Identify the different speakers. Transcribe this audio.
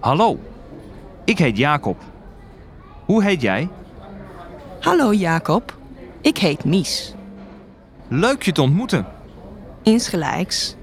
Speaker 1: Hallo, ik heet Jacob. Hoe heet jij?
Speaker 2: Hallo Jacob, ik heet Mies.
Speaker 1: Leuk je te ontmoeten.
Speaker 2: Insgelijks.